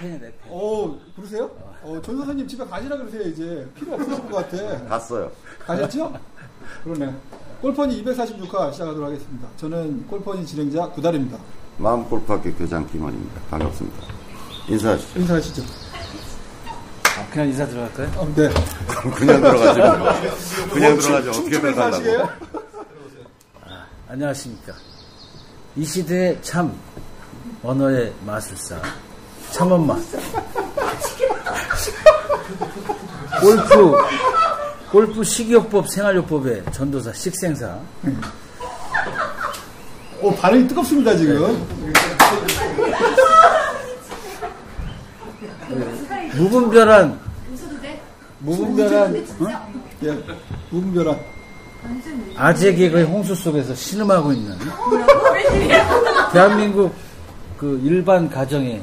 팬이야, 내 팬. 어, 그러세요? 어, 전 선생님 집에 가시라 그러세요, 이제. 필요 없으실 것 같아. 갔어요. 가셨죠? 그러네. 골퍼니 246화 시작하도록 하겠습니다. 저는 골퍼니 진행자 구달입니다. 마음골프학교 교장 김원입니다. 반갑습니다. 인사하시죠. 인사하시죠. 아, 그냥 인사 들어갈까요? 어, 네. 그냥 들어가죠. 그냥 들어가죠. 어떻게 뭐, 춤추면서 하시게요? 들어가려고. 안녕하십니까. 이 시대의 참, 언어의 마술사, 참엄마. 골프, 골프 식이요법 생활요법의 전도사, 식생사. 어, 반응이 뜨겁습니다, 지금. 무분별한, 웃어도 돼? 무분별한, 응? 예. 무분별한. 아재 개그의 홍수 속에서 신음하고 있는 뭐라고? 웬일이야? 대한민국 그 일반 가정에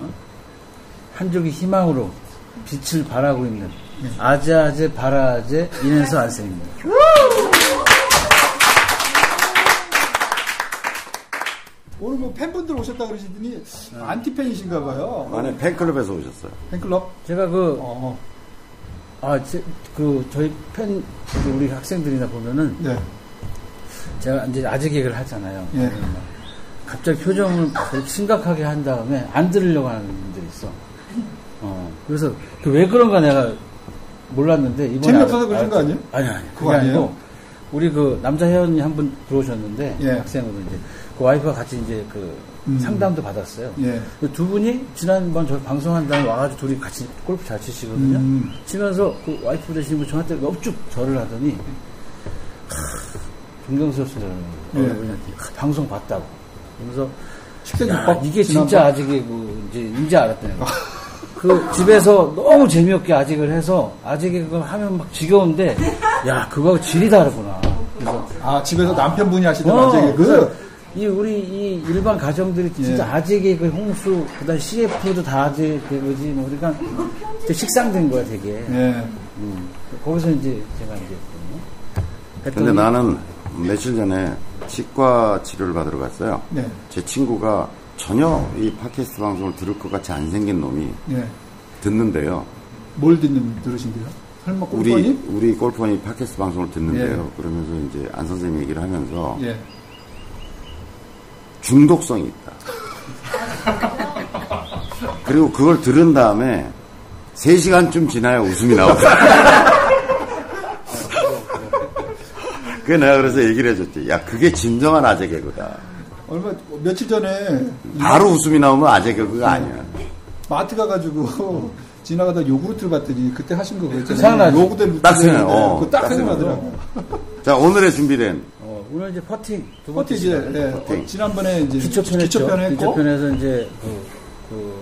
어? 한 줄기 희망으로 빛을 발하고 있는 아재아재 바라아재 이nen서 안쌤입니다. 오늘 뭐 팬분들 오셨다 그러시더니 네. 안티팬이신가 봐요. 아니, 팬클럽에서 오셨어요. 팬클럽? 제가 그, 어, 아, 제, 그, 저희 팬, 그 우리 학생들이나 보면은 네. 제가 이제 아재 개그를 하잖아요. 음. 예. 갑자기 표정을 그렇게 심각하게 한 다음에 안 들으려고 하는 분들이 있어. 어, 그래서 그 왜 그런가 내가 몰랐는데 이번에 재미없어서 알- 그러신 거 알았- 아니에요? 아니 아니 그거 그게 아니에요? 아니고 우리 그 남자 회원이 한 분 들어오셨는데 예. 학생으로 이제 그 와이프와 같이 이제 그 음. 상담도 받았어요. 예. 그두 분이 지난번 저 방송한 다음에 와가지고 둘이 같이 골프 잘 치시거든요. 음. 치면서 그 와이프 되시는 분 저한테 넙죽 절을 하더니 하, 존경스럽습니다. 예. 그러는 거예요. 하, 방송 봤다고. 그래서 야, 식생요법 아, 이게 지난번. 진짜 아직이 그 이제 이제 알았다. 내가. 그 집에서 너무 재미없게 아직을 해서 아직이 그걸 하면 막 지겨운데 야 그거 질이 다르구나. 그래서 아, 집에서 남편분이 하시던 어, 아재 그래서 개그? 이 우리 이 일반 가정들이 진짜 예. 아재 개그 홍수 그다음 CF도 다 아재 개그지 뭐 그러니까 되게 식상된 거야 되게 예. 음. 거기서 이제 제가 이제 뭐 했더니 근데 나는 며칠 전에 치과 치료를 받으러 갔어요. 네. 제 친구가 전혀 이 팟캐스트 방송을 들을 것 같이 안 생긴 놈이 예. 듣는데요. 뭘 듣는, 들으신데요? 설마 우리, 골퍼니? 우리 골퍼니 팟캐스트 방송을 듣는데요. 예. 그러면서 이제 안 선생님 얘기를 하면서 예. 중독성이 있다. 그리고 그걸 들은 다음에 3시간쯤 지나야 웃음이 나오더라. 그 내가 그래서 얘기를 해줬지. 야, 그게 진정한 아재 개그다. 얼마, 며칠 전에 바로 웃음이 나오면 아재 개그가 아니야. 마트 가가지고 지나가다 요구르트를 봤더니 그때 하신 거 그랬잖아요. 생각나죠? 요구된 루트. 네, 딱 생각- 어, 딱 딱 생각나더라고요. 자, 오늘의 준비된 어, 오늘 이제 퍼팅 두 어떻게 번째 이제, 시간. 예, 버팅. 어, 지난번에 이제 기초편 했죠. 기초편 했고, 기초편에서 이제 그, 그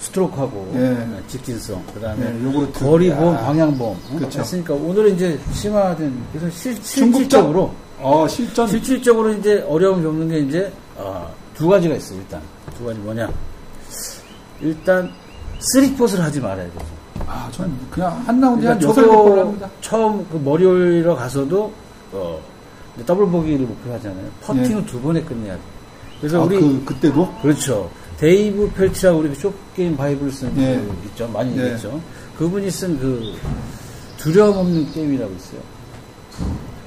스트로크하고 예. 직진성, 그다음에 예, 요구르트. 거리보험, 야. 방향보험 어? 그쵸. 했으니까 오늘은 이제 심화된 그래서 실, 중국적? 실질적으로 어, 실전. 실질적으로 이제 어려움이 없는 게 이제 아, 두 가지가 있어요. 일단 두 가지 뭐냐? 일단 쓰리포스를 하지 말아야 돼요. 아, 전 그냥 한 라운드에 한 그러니까 여섯 골을 합니다. 처음 그 머리올리러 가서도 어, 이제 더블 보기를 목표하잖아요. 퍼팅은 두 번에 끝내야 돼. 그래서 예. 아, 우리 그, 그때도? 그렇죠. 데이브 펠치라 우리 그 쇼게임 바이블 쓴 예. 그 있죠. 많이 예. 얘기했죠. 그분이 쓴 그 두려움 없는 게임이라고 있어요.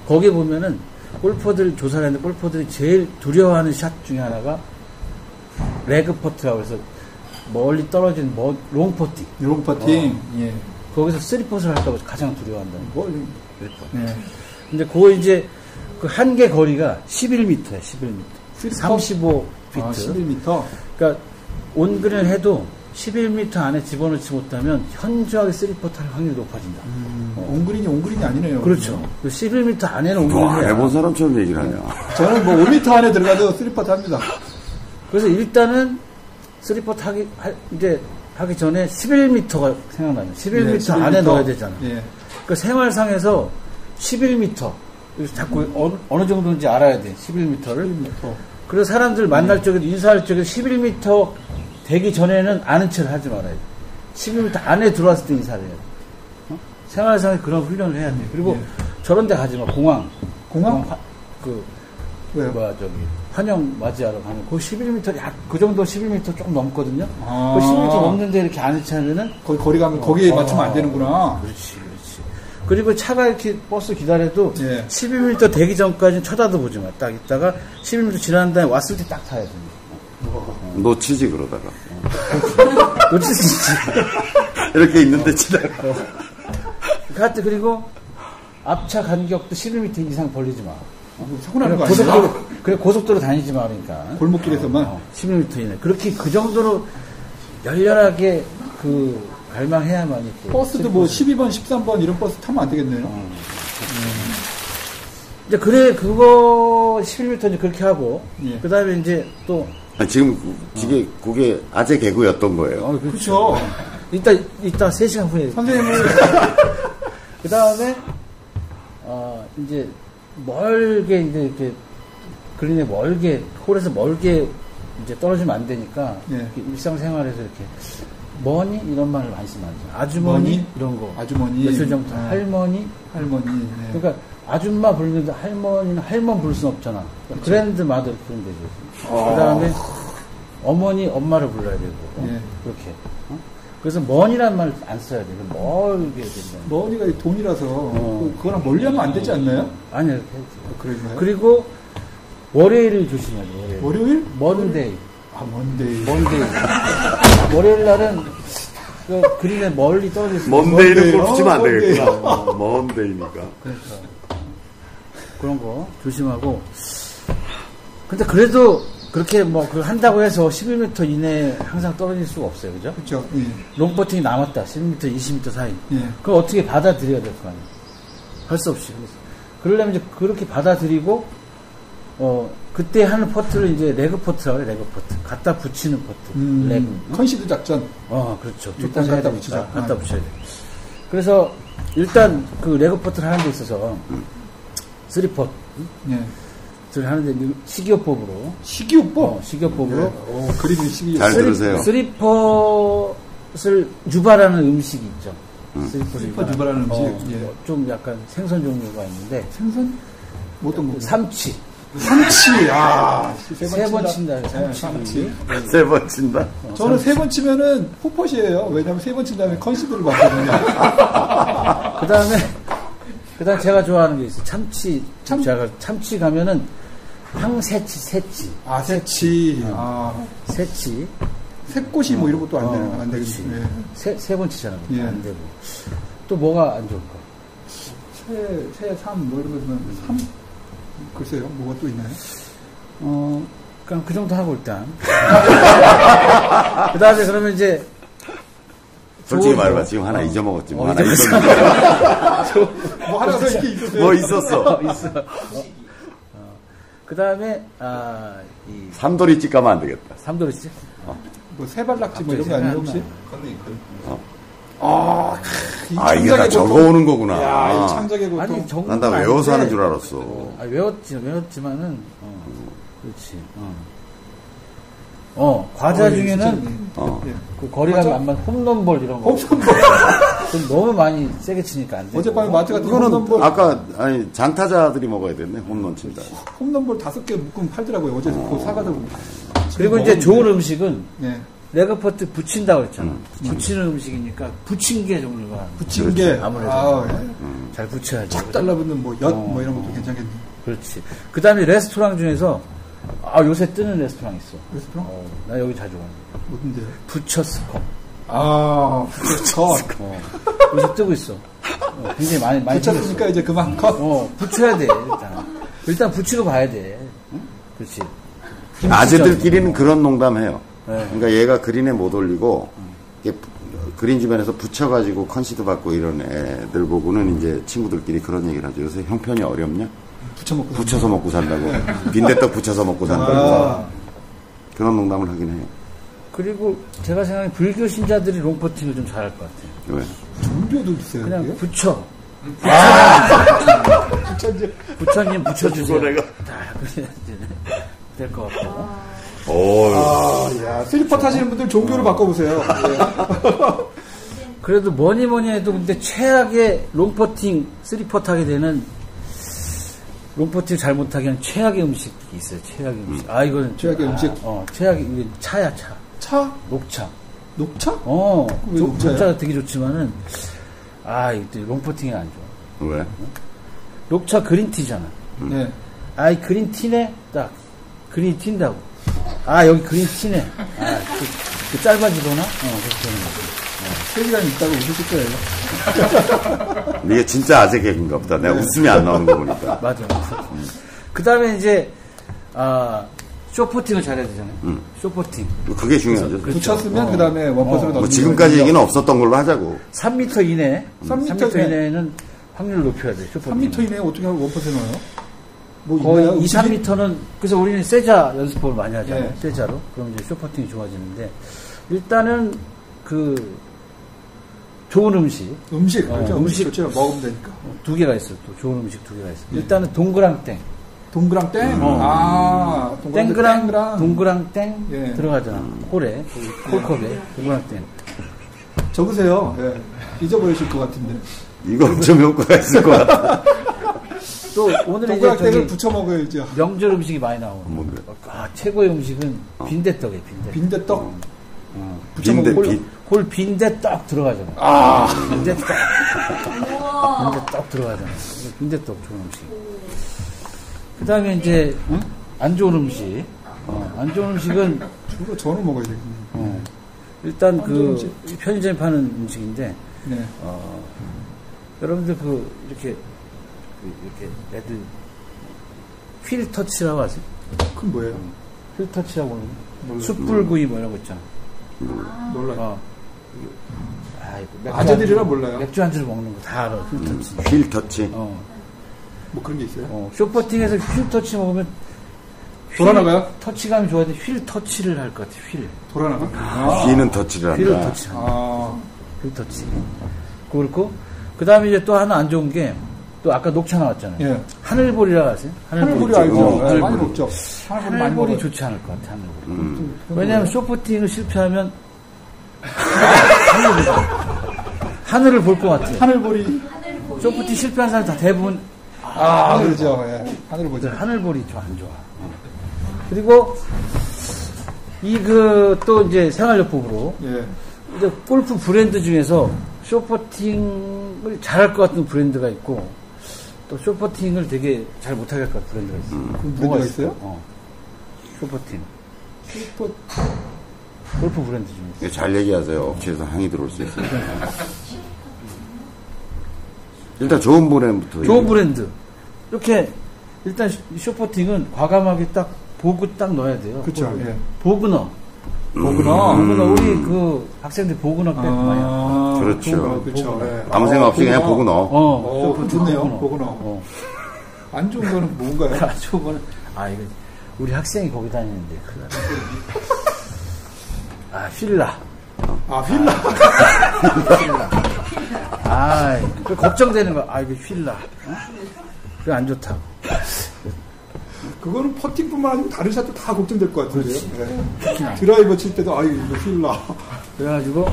거기에 보면은 골퍼들 조사를 했는데 골퍼들이 제일 두려워하는 샷 중에 하나가 레그퍼트라고 해서 멀리 떨어진 머- 롱퍼팅. 요구 퍼팅. 어. 예. 거기서 쓰리퍼트를 할까봐 가장 두려워한다는 거. 뭐, 예. 근데 그거 이제 그 한 개 거리가 11m야, 11m. 쓰리 퍼? 35피트. 아, 11m. 그러니까 온그린 해도 11m 안에 집어넣지 못하면 현저하게 쓰리퍼트 할 확률이 높아진다. 어, 온그린이 온그린이 아니네요. 음. 그렇죠. 그 11m 안에는 와, 온그린이야. 뭐 해본 사람처럼 얘기를 하냐. 저는 뭐 5m 안에 들어가도 쓰리퍼트 합니다. 그래서 일단은 쓰리퍼트 하기 하- 이제 하기 전에 11m가 생각나요. 11m 예, 안에 11m. 넣어야 되잖아. 예. 그 생활상에서 11m 이렇게 자꾸 어느, 어느 정도인지 알아야 돼. 11m를. 어. 그래서 사람들 만날 적에도 인사할 적에도 11m 되기 전에는 아는 체를 하지 말아야 돼. 11m 안에 들어왔을 때 인사를 해야 돼. 어? 생활상에 그런 훈련을 해야 돼. 그리고 예. 저런 데 가지 마. 네. 공항. 공항? 화- 그 왜요? 뭐야 저기 환영 맞이하러 가는 그 11m 약 그 정도 11m 조금 넘거든요. 아. 그 11m 넘는데 이렇게 안차면은 거기 거리 가면 거기에 맞추면 안 되는구나. 그렇지, 그렇지. 그리고 차가 이렇게 버스 기다려도 예. 11m 대기 전까지는 쳐다도 보지 마. 딱 있다가 11m 지난 다음에 왔을 때 딱 타야 됩니다. 놓치지 그러다가 놓칠 수 있지. 이렇게 있는데 지나가 하여튼 그리고 앞차 간격도 11m 이상 벌리지 마. 사고 나는 뭐 거 아니야? 고속도로 그래 고속도로 다니지 마 그러니까. 골목길에서만? 11m 이내. 그렇게 그 정도로 열렬하게 그 갈망해야만이 또 버스도 뭐 12번, 13번 이런 버스 타면 안 되겠네요. 이제 그래 그거 11m 이제 그렇게 하고 예. 그다음에 이제 또 아, 지금 이게 그게 아재 개그였던 거예요. 그렇죠. 이따 이따 3시간 후에 선생님을 그다음에 어 이제 멀게 이제 이렇게 그린에 멀게 홀에서 멀게 이제 떨어지면 안 되니까 예. 이렇게 일상생활에서 이렇게 머니 이런 말을 많이 쓰면 안 돼요. 아주머니 머니? 이런 거. 아주머니. 며칠 전부터 아. 할머니 할머니. 네. 그러니까 아줌마 부르는데 할머니는 할머니 부를 순 없잖아. 그랜드마더 부르면 되죠. 아. 그다음에 어머니, 엄마를 불러야 되고 어? 예. 그렇게. 어? 그래서 먼이란 말 안 써야 돼. 그 멀게 된다. 머니가 이 돈이라서 그- 그거랑 멀리하면 안 되지 않나요? 아니 이렇게. 해야지. 그런가요? 그리고 월요일을 조심해야 돼. 월요일. 월요일? 먼데이. 아 먼데이. 먼데이. 월요일 날은 그 그림에 멀리 떨어져 있어. 먼데이는 먼데이요? 골프 치면 안 되겠구나. 먼데이요? 어, 먼데이니까. 그런 거 조심하고. 근데 그래도 그렇게 뭐 그 한다고 해서 11m 이내에 항상 떨어질 수가 없어요. 그죠? 그렇죠. 예. 롱버팅이 남았다. 10m, 20m 사이. 예. 그걸 어떻게 받아들여야 될 거 아니에요. 할 수 없이. 그래서 그러려면 이제 그렇게 받아들이고, 어, 그때 하는 퍼트를 이제 레그 퍼트라고 해요, 레그 퍼트. 갖다 붙이는 퍼트. 음, 레그. 컨시드 작전. 어, 그렇죠. 일단 조건을 해야 갖다 되니까 붙이자. 갖다 아. 붙여야 돼. 그래서 일단 그 레그 퍼트를 하는 데 있어서, 쓰리 퍼트를 예. 하는데 식이요법으로, 식이요법. 어, 예. 식이요법으로 오, 그림이 식이요법. 잘 들으세요. 스리퍼를 유발하는 음식이 있죠. 스리퍼를 스리퍼 유발하는 음식, 어, 예. 어, 좀 약간 생선 종류가 있는데 생선? 뭐 어떤 거? 삼치 삼치. 아, 세 번 친다. 네, 삼치. 음. 세 번 친다. 저는 세 번 치면은 포퍼시예요. 왜냐면 세 번 친 다음에 컨시드를 받거든요. 그 다음에 그 다음 제가 좋아하는 게 있어요. 참치 참- 제가 참치 가면은 항새치 새치 아, 새치. 아, 새치 새꽃이 뭐 이런 것도 안 어, 되는 안 그렇지. 되겠지. 예. 세세번 치잖아요. 예. 안 되고 또 뭐가 안 좋을까? 새, 새, 삼, 뭐 이런 거 보면 삼? 글쎄요, 뭐가 또 있나요? 어 그럼 그 정도 하고 일단 그 다음에 그러면 이제 솔직히 좋은 말해봐. 거. 지금 하나 어. 잊어먹었지. 뭐 어, 하나 잊어먹었어. 있었는데. 뭐 하나 더 이렇게 있었어요. 뭐 있었어. 그 다음에 아이 삼돌이 집 가면 안 되겠다. 삼도리지 뭐 새발낙지 뭐 이런 거 아니에요, 혹시? 어. 아, 이게 다 적어오는 거구나. 야, 이 창작의 고통. 아니 정 난 다 외워서 하는 줄 알았어. 아, 외웠지 외웠지만은 어, 그렇지 어, 어 과자 어, 중에는 어, 진짜, 어. 예. 그 거리감 안만 홈런볼 이런 거 홈런볼 너무 많이 세게 치니까 안 돼. 어젯밤에 마트 같은 데 이거는 홈런볼, 아까 아니 장타자들이 먹어야 됐네 홈런 친다. 홈런볼 다섯 개 묶으면 팔더라고요. 어제 그거 사가지고. 그리고 이제 좋은 음식은 예. 레그퍼트 붙인다고 했잖아 음. 붙이는 음식이니까 붙인 게 종류가 붙인 게. 그렇죠. 아무래도. 음. 아, 예. 음. 잘 붙여야지 쫙 달라붙는 뭐 엿, 뭐 이런 어. 것도 괜찮겠네. 그렇지 그 다음에 레스토랑 중에서 아 요새 뜨는 레스토랑 있어 레스토랑? 어, 나 여기 자주 가는 데 뭐든데요. 부처스컵 아, 그렇죠. 어. 요새 뜨고 있어. 어, 굉장히 많이 많이 뜨고 있어. 붙였으니까 이제 그만 컷. 어, 붙여야 돼 일단. 일단 붙이고 봐야 돼. 응? 그렇지. 아재들끼리는 그런 농담해요. 네. 그러니까 얘가 그린에 못 올리고 이게 부- 그린 주변에서 붙여가지고 컨시드 받고 이런 애들 보고는 이제 친구들끼리 그런 얘기를 하죠. 요새 형편이 어렵냐? 붙여먹고. 붙여서 먹고 산다고. 빈대떡 붙여서 먹고 산다고. 아. 그런 농담을 하긴 해요. 그리고 제가 생각하는 불교 신자들이 롱퍼팅을 좀 잘할 것 같아요. 왜? 종교도 있어요. 그냥 그냥 붙여. 아. 붙였지. 부처님 붙여주세요. 죽어, 내가. 다 그래야 될 것 같고. 오, 아, 야, 슬리퍼 타시는 분들 종교를 어. 바꿔보세요. 네. 그래도 뭐니 뭐니 해도 근데 최악의 롱퍼팅 쓰리퍼트 하게 되는 롱포티 잘못하게 한 최악의 음식이 있어요. 최악의 음식. 아 이거는 최악의 아, 음식. 어 최악의 이게 차야 차. 차? 녹차. 녹차? 어. 왜 조- 녹차야? 녹차가 되게 좋지만은 아 이때 롱포팅이 안 좋아. 왜? 녹차 그린티잖아. 네. 아이 그린티네 딱 그린이 튄다고. 아 여기 그린티네. 아그 그 짧아지거나 어 그렇게 되는 거. 세시간 있다고 웃으실 거예요. 이게 진짜 아재 개그인가 보다. 내가 웃음이 안 나오는 거 보니까. 맞아. 그 다음에 이제 아 쇼포팅을 잘해야 되잖아요. 음. 쇼포팅. 그게 중요하죠. 그렇죠. 붙였으면 어. 그 다음에 원포스로 뭐 넣는 지금까지 얘기는 없었던 걸로 하자고. 3m 이내. 3m 3m 이내. 이내는 확률을 높여야 돼. 쇼포팅. 3m 이내에 어떻게 하면 원포스 넣어요? 뭐 있나요? 거의 2, 음식이- 3m는 그래서 우리는 세자 연습법을 많이 하잖아요. 예. 세자로. 그럼 이제 쇼포팅이 좋아지는데 일단은 그 좋은 음식 음식 어, 그렇죠? 음식. 음식 좋죠. 먹으면 되니까. 두 개가 있어요. 또 좋은 음식 두 개가 있어요. 예. 일단은 동그랑땡. 동그랑 땡. 어. 아, 땡그랑 동그랑땡 예. 들어가잖아. 홀에 홀컵에 동그랑땡. 적으세요. 예. 잊어버리실 것 같은데. 이건 좀 효과가 있을 것 같아. 또 오늘 이제 동그랑 땡을 저기 부쳐 먹어야죠. 명절 음식이 많이 나오는 뭔데? 어. 아, 최고의 음식은 빈대떡이에요, 빈대떡. 빈대떡. 어. 부쳐 빈대 먹으면 빈. 홀 빈대떡 들어가잖아. 아. 빈대떡. 우와. 빈대떡 들어가잖아. 빈대떡 좋은 음식. 그 다음에 이제, 안 좋은 음식. 어, 안 좋은 음식은, 주로 전어 먹어야 되겠네. 어, 일단 안 좋은 그, 편의점에 파는 음식인데, 네. 아. 어, 여러분들 그, 이렇게, 그 이렇게 애들, 휠터치라고 하세요? 아, 그건 뭐예요? 휠터치라고 하는 몰라요. 숯불구이 뭐 이런 거 있잖아. 몰라요. 어. 아, 이거 맥주 아재들이라 한 잔- 몰라요. 음. 맥주 한 잔을 먹는 거 다 알아, 휠터치. 휠 터치. 어. 뭐 그런 게 있어요? 어, 쇼퍼팅에서 휠 터치 먹으면 휠 음. 돌아나가요? 터치감이 좋아야 돼. 휠 터치를 할 것 같아. 휠. 돌아나가? 아. 휠은 터치를 휠을 한다. 터치. 아. 휠 터치. 그렇고 그다음에 이제 또 하나 안 좋은 게 또 아까 녹차 나왔잖아요. 예. 하늘보리라고 하세요? 하늘보리 있죠. 알죠? 어, 네, 하늘보리. 많이 먹죠. 하늘보리, 많이 먹어요. 좋지 않을 것 같아. 하늘보리. 음. 왜냐하면 쇼퍼팅을 실패하면 하늘을 봐. 하늘을 볼 것 같아. 하늘보리. 쇼퍼팅 실패한 사람 다 대부분 아, 그러죠. 예. 하늘보리. 네. 그래서 하늘보리 좀 안 좋아. 어. 그리고 이 그 또 이제 생활요법으로 예. 이제 골프 브랜드 중에서 쇼퍼팅을 잘할 것 같은 브랜드가 있고 또 쇼퍼팅을 되게 잘 못하게 할 것 같은 브랜드가 있어요. 그런 뭐가 브랜드가 있어요? 어. 쇼퍼팅. 슈퍼 골프 브랜드 중에서. 이거 잘 얘기하세요. 업체에서 항의 들어올 수 있어요. 일단 좋은 브랜드부터. 조 얘기해. 브랜드. 이렇게 일단 쇼- 쇼퍼팅은 과감하게 딱 보고 딱 넣어야 돼요. 그쵸, 골을. 예. 보그너. 보구나. 보그너 우리 그 학생들 보그너 빼고 네, 많이 어, 하고. 아, 그렇죠. 보구나, 그렇죠. 예. 아무 생각 없이 그냥 보고 보구나. 넣어. 어. 어, 좋네요. 보그너. 보구나. 어. 안 좋은 거는 뭔가요? 아, 저거는 아 이거 우리 학생이 거기 다니는데 큰일 났네. 아 휠라 아, 휠라. 아 이거 걱정되는 거아 이거 휠라 어? 그거 안 좋다고 그거는 퍼팅뿐만 아니고 다른 샷도 다 걱정될 것 같은데요. 예. 드라이버 칠 때도 아유 이거 휠라. 그래가지고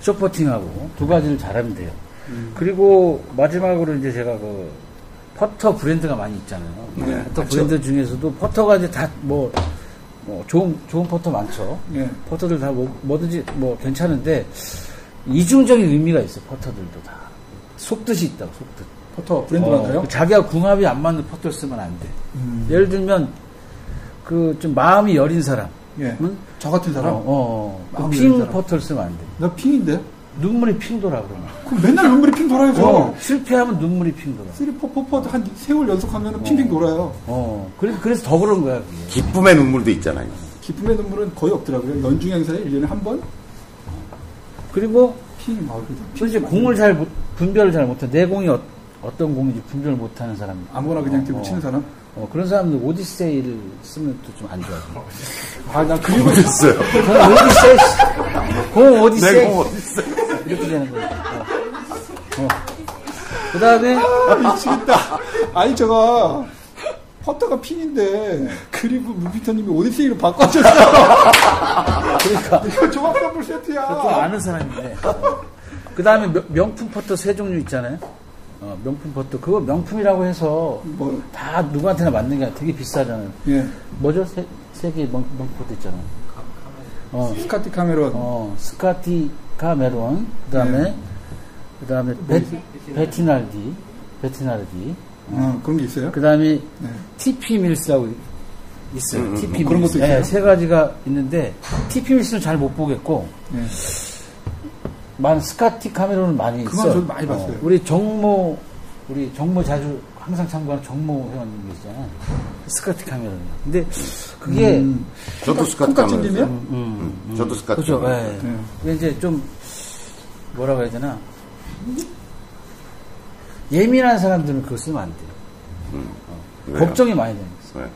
쇼퍼팅하고 두 가지를 잘하면 돼요 그리고 마지막으로 이제 제가 그 퍼터 브랜드가 많이 있잖아요 네, 퍼터 브랜드 중에서도 퍼터가 이제 다뭐 뭐 좋은 좋은 퍼터 많죠 예. 퍼터들 다 뭐, 든지뭐 괜찮은데 이중적인 의미가 있어 퍼터들도 다 속뜻이 있다고 속뜻 퍼터 어, 자기가 궁합이 안 맞는 퍼터를 쓰면 안돼 음. 예를 들면 그 좀 마음이 여린 사람 예. 응? 저 같은 사람. 어, 어, 어. 마음이 여린 핑 사람. 퍼터를 쓰면 안돼 나 핑인데. 눈물이 핑 돌아 그러면 그럼 맨날 눈물이 핑 돌아요. 어, 실패하면 눈물이 핑 돌아 쓰리 포 포포도 한 세월 연속하면 핑핑 돌아요. 어 그래, 그래서 더 그런 거야 그게. 기쁨의 눈물도 있잖아요. 기쁨의 눈물은 거의 없더라고요. 연중 행사에 일년에 한 번 그리고 핑. 아, 그래도 핑 또 이제 많이 공을 잘 못- 분별을 잘 못해 내 공이 어, 떤 공인지 분별을 못하는 사람이 아무거나 그냥 어, 대고 어. 치는 사람. 어, 그런 사람들 오디세이를 쓰면 또 좀 안 좋아. 아, 나 그리고 됐어요. 공 오디세이, 공 오디세이 내공 이렇게 되는 거예요. 어. 그다음에 아, 미치겠다. 아니, 제가 퍼터가 핀인데 그리고 문피터님이 오디세이로 바꿔줬어요. 그러니까 이거 종합선물 세트야. 그 좀 아는 사람인데. 그다음에 명- 명품 퍼터 세 종류 있잖아요. 어, 명품 버터 그거 명품이라고 해서 뭐, 다 누구한테나 맞는 게 아니라 되게 비싸잖아요. 예. 뭐죠? 세, 세계 명품 버터 있잖아. 요 어, 스카티 카메론. 어, 스카티 카메론, 그 다음에, 네. 그 다음에 베티날디, 베티날디, 어, 그런 게 있어요? 그 다음에 네. TP 밀스라고 있어요. 음, 음, TP 그런 밀스. 것도 있어요? 네, 세 가지가 있는데, TP 밀스는 잘 못 보겠고, 예. 만 스카티 카메론은 많이 그건 있어요. 저도 많이 봤어요. 우리 정모, 우리 정모 자주 항상 참고하는 정모 회원님 계시잖아요. 스카티 카메론. 근데 그게, 음, 저도 스카트 똑같은 가면 김이요? 있어요. 음, 음, 저도 스카트. 그죠. 가면 예. 있어요. 네. 근데 이제 좀 뭐라고 해야 되나 예민한 사람들은 그걸 쓰면 안 돼요. 음, 왜요? 걱정이 많이 되는 거예요. 왜?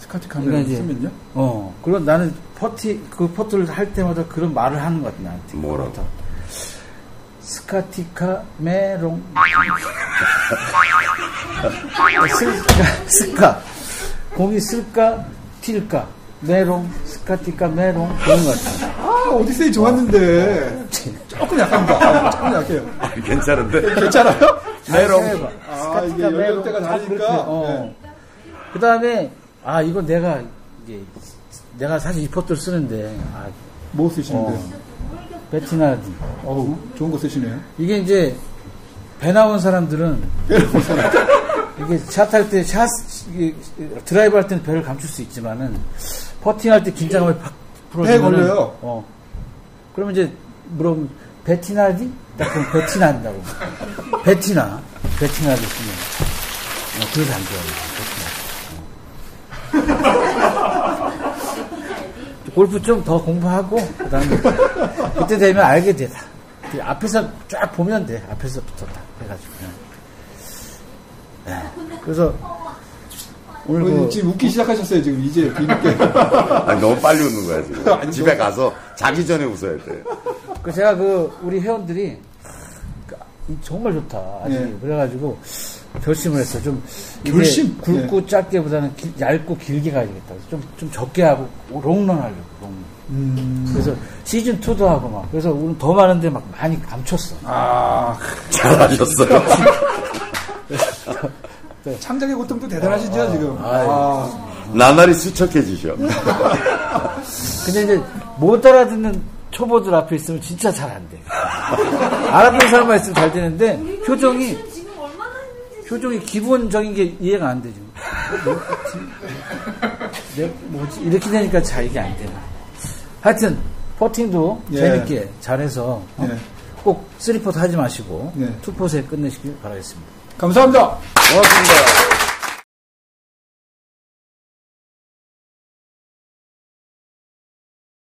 스카티 카메론 이제- 쓰면요? 어, 그런 나는 퍼티 그 퍼트를 할 때마다 그런 말을 하는 것 같아 나한테. 뭐라고? 그것부터. 스카티카 메롱 스카 스카 공이 쓸까 튈까 메롱 스카티카 메롱 그런 것 같아. 아, 오디세이 좋았는데. 조금 약합니다. 조금 약해요. 아, 괜찮은데? 괜찮아요? 해봐. 아, 이게 스카티카 메롱. 연령대가 아, 다르니까. 네. 그렇지. 어. 그 다음에, 아, 이건 내가, 이게, 내가 사실 이 포트를 쓰는데, 아, 뭐 쓰시는데? 베티나디. 어. 우 좋은 거 쓰시네요. 이게 이제, 배 나온 사람들은, 이게 샷 할 때, 샷, 이게 드라이브 할 때는 배를 감출 수 있지만은, 퍼팅 할 때 긴장감을 팍 풀어주면. 배 걸려요. 어. 그러면 이제, 물어보면, 베티나디? 딱 그럼 베티나 한다고. 베티나. 베티나디 쓰면. 어, 그래서 안 좋아요. 베티나. 골프 좀 더 공부하고 그다음에 그때 되면 알게 돼. 다. 그 앞에서 쫙 보면 돼. 앞에서부터 다 해가지고. 그냥. 예. 그래서 오늘 어, 그 지금 웃기 시작하셨어요, 지금. 이제 뒤늦게. 아니, 너무 빨리 웃는 거야, 아, 지금. 집에 가서 자기 전에 웃어야 돼. 그 제가 그 우리 회원들이 그 이 정말 좋다. 아직 예. 그래가지고 결심을 했어. 좀 이게 결심? 네. 굵고 짧게보다는 길- 얇고 길게 가야겠다. 좀좀 적게 하고 롱런 하려고. 롱런. 음. 그래서 시즌 2도 하고 막 그래서 오늘 더 많은데 막 많이 감췄어. 아, 잘하셨어요. 창작의 고통도 대단하시죠, 지금. 아유. 아, 나날이 수척해지셔. 근데 이제 못 알아듣는 초보들 앞에 있으면 진짜 잘 안 돼. 알아듣는 사람만 있으면 잘 되는데 표정이 지금 얼마나 했는지 표정이 기본적인 게 이해가 안 되죠. 내 뭐지 이렇게 되니까 잘 이게 안 되나. 하여튼 퍼팅도 예. 재밌게 잘해서 어, 예. 꼭 쓰리포트 하지 마시고 예. 투포트에 끝내시길 바라겠습니다. 감사합니다. 고맙습니다.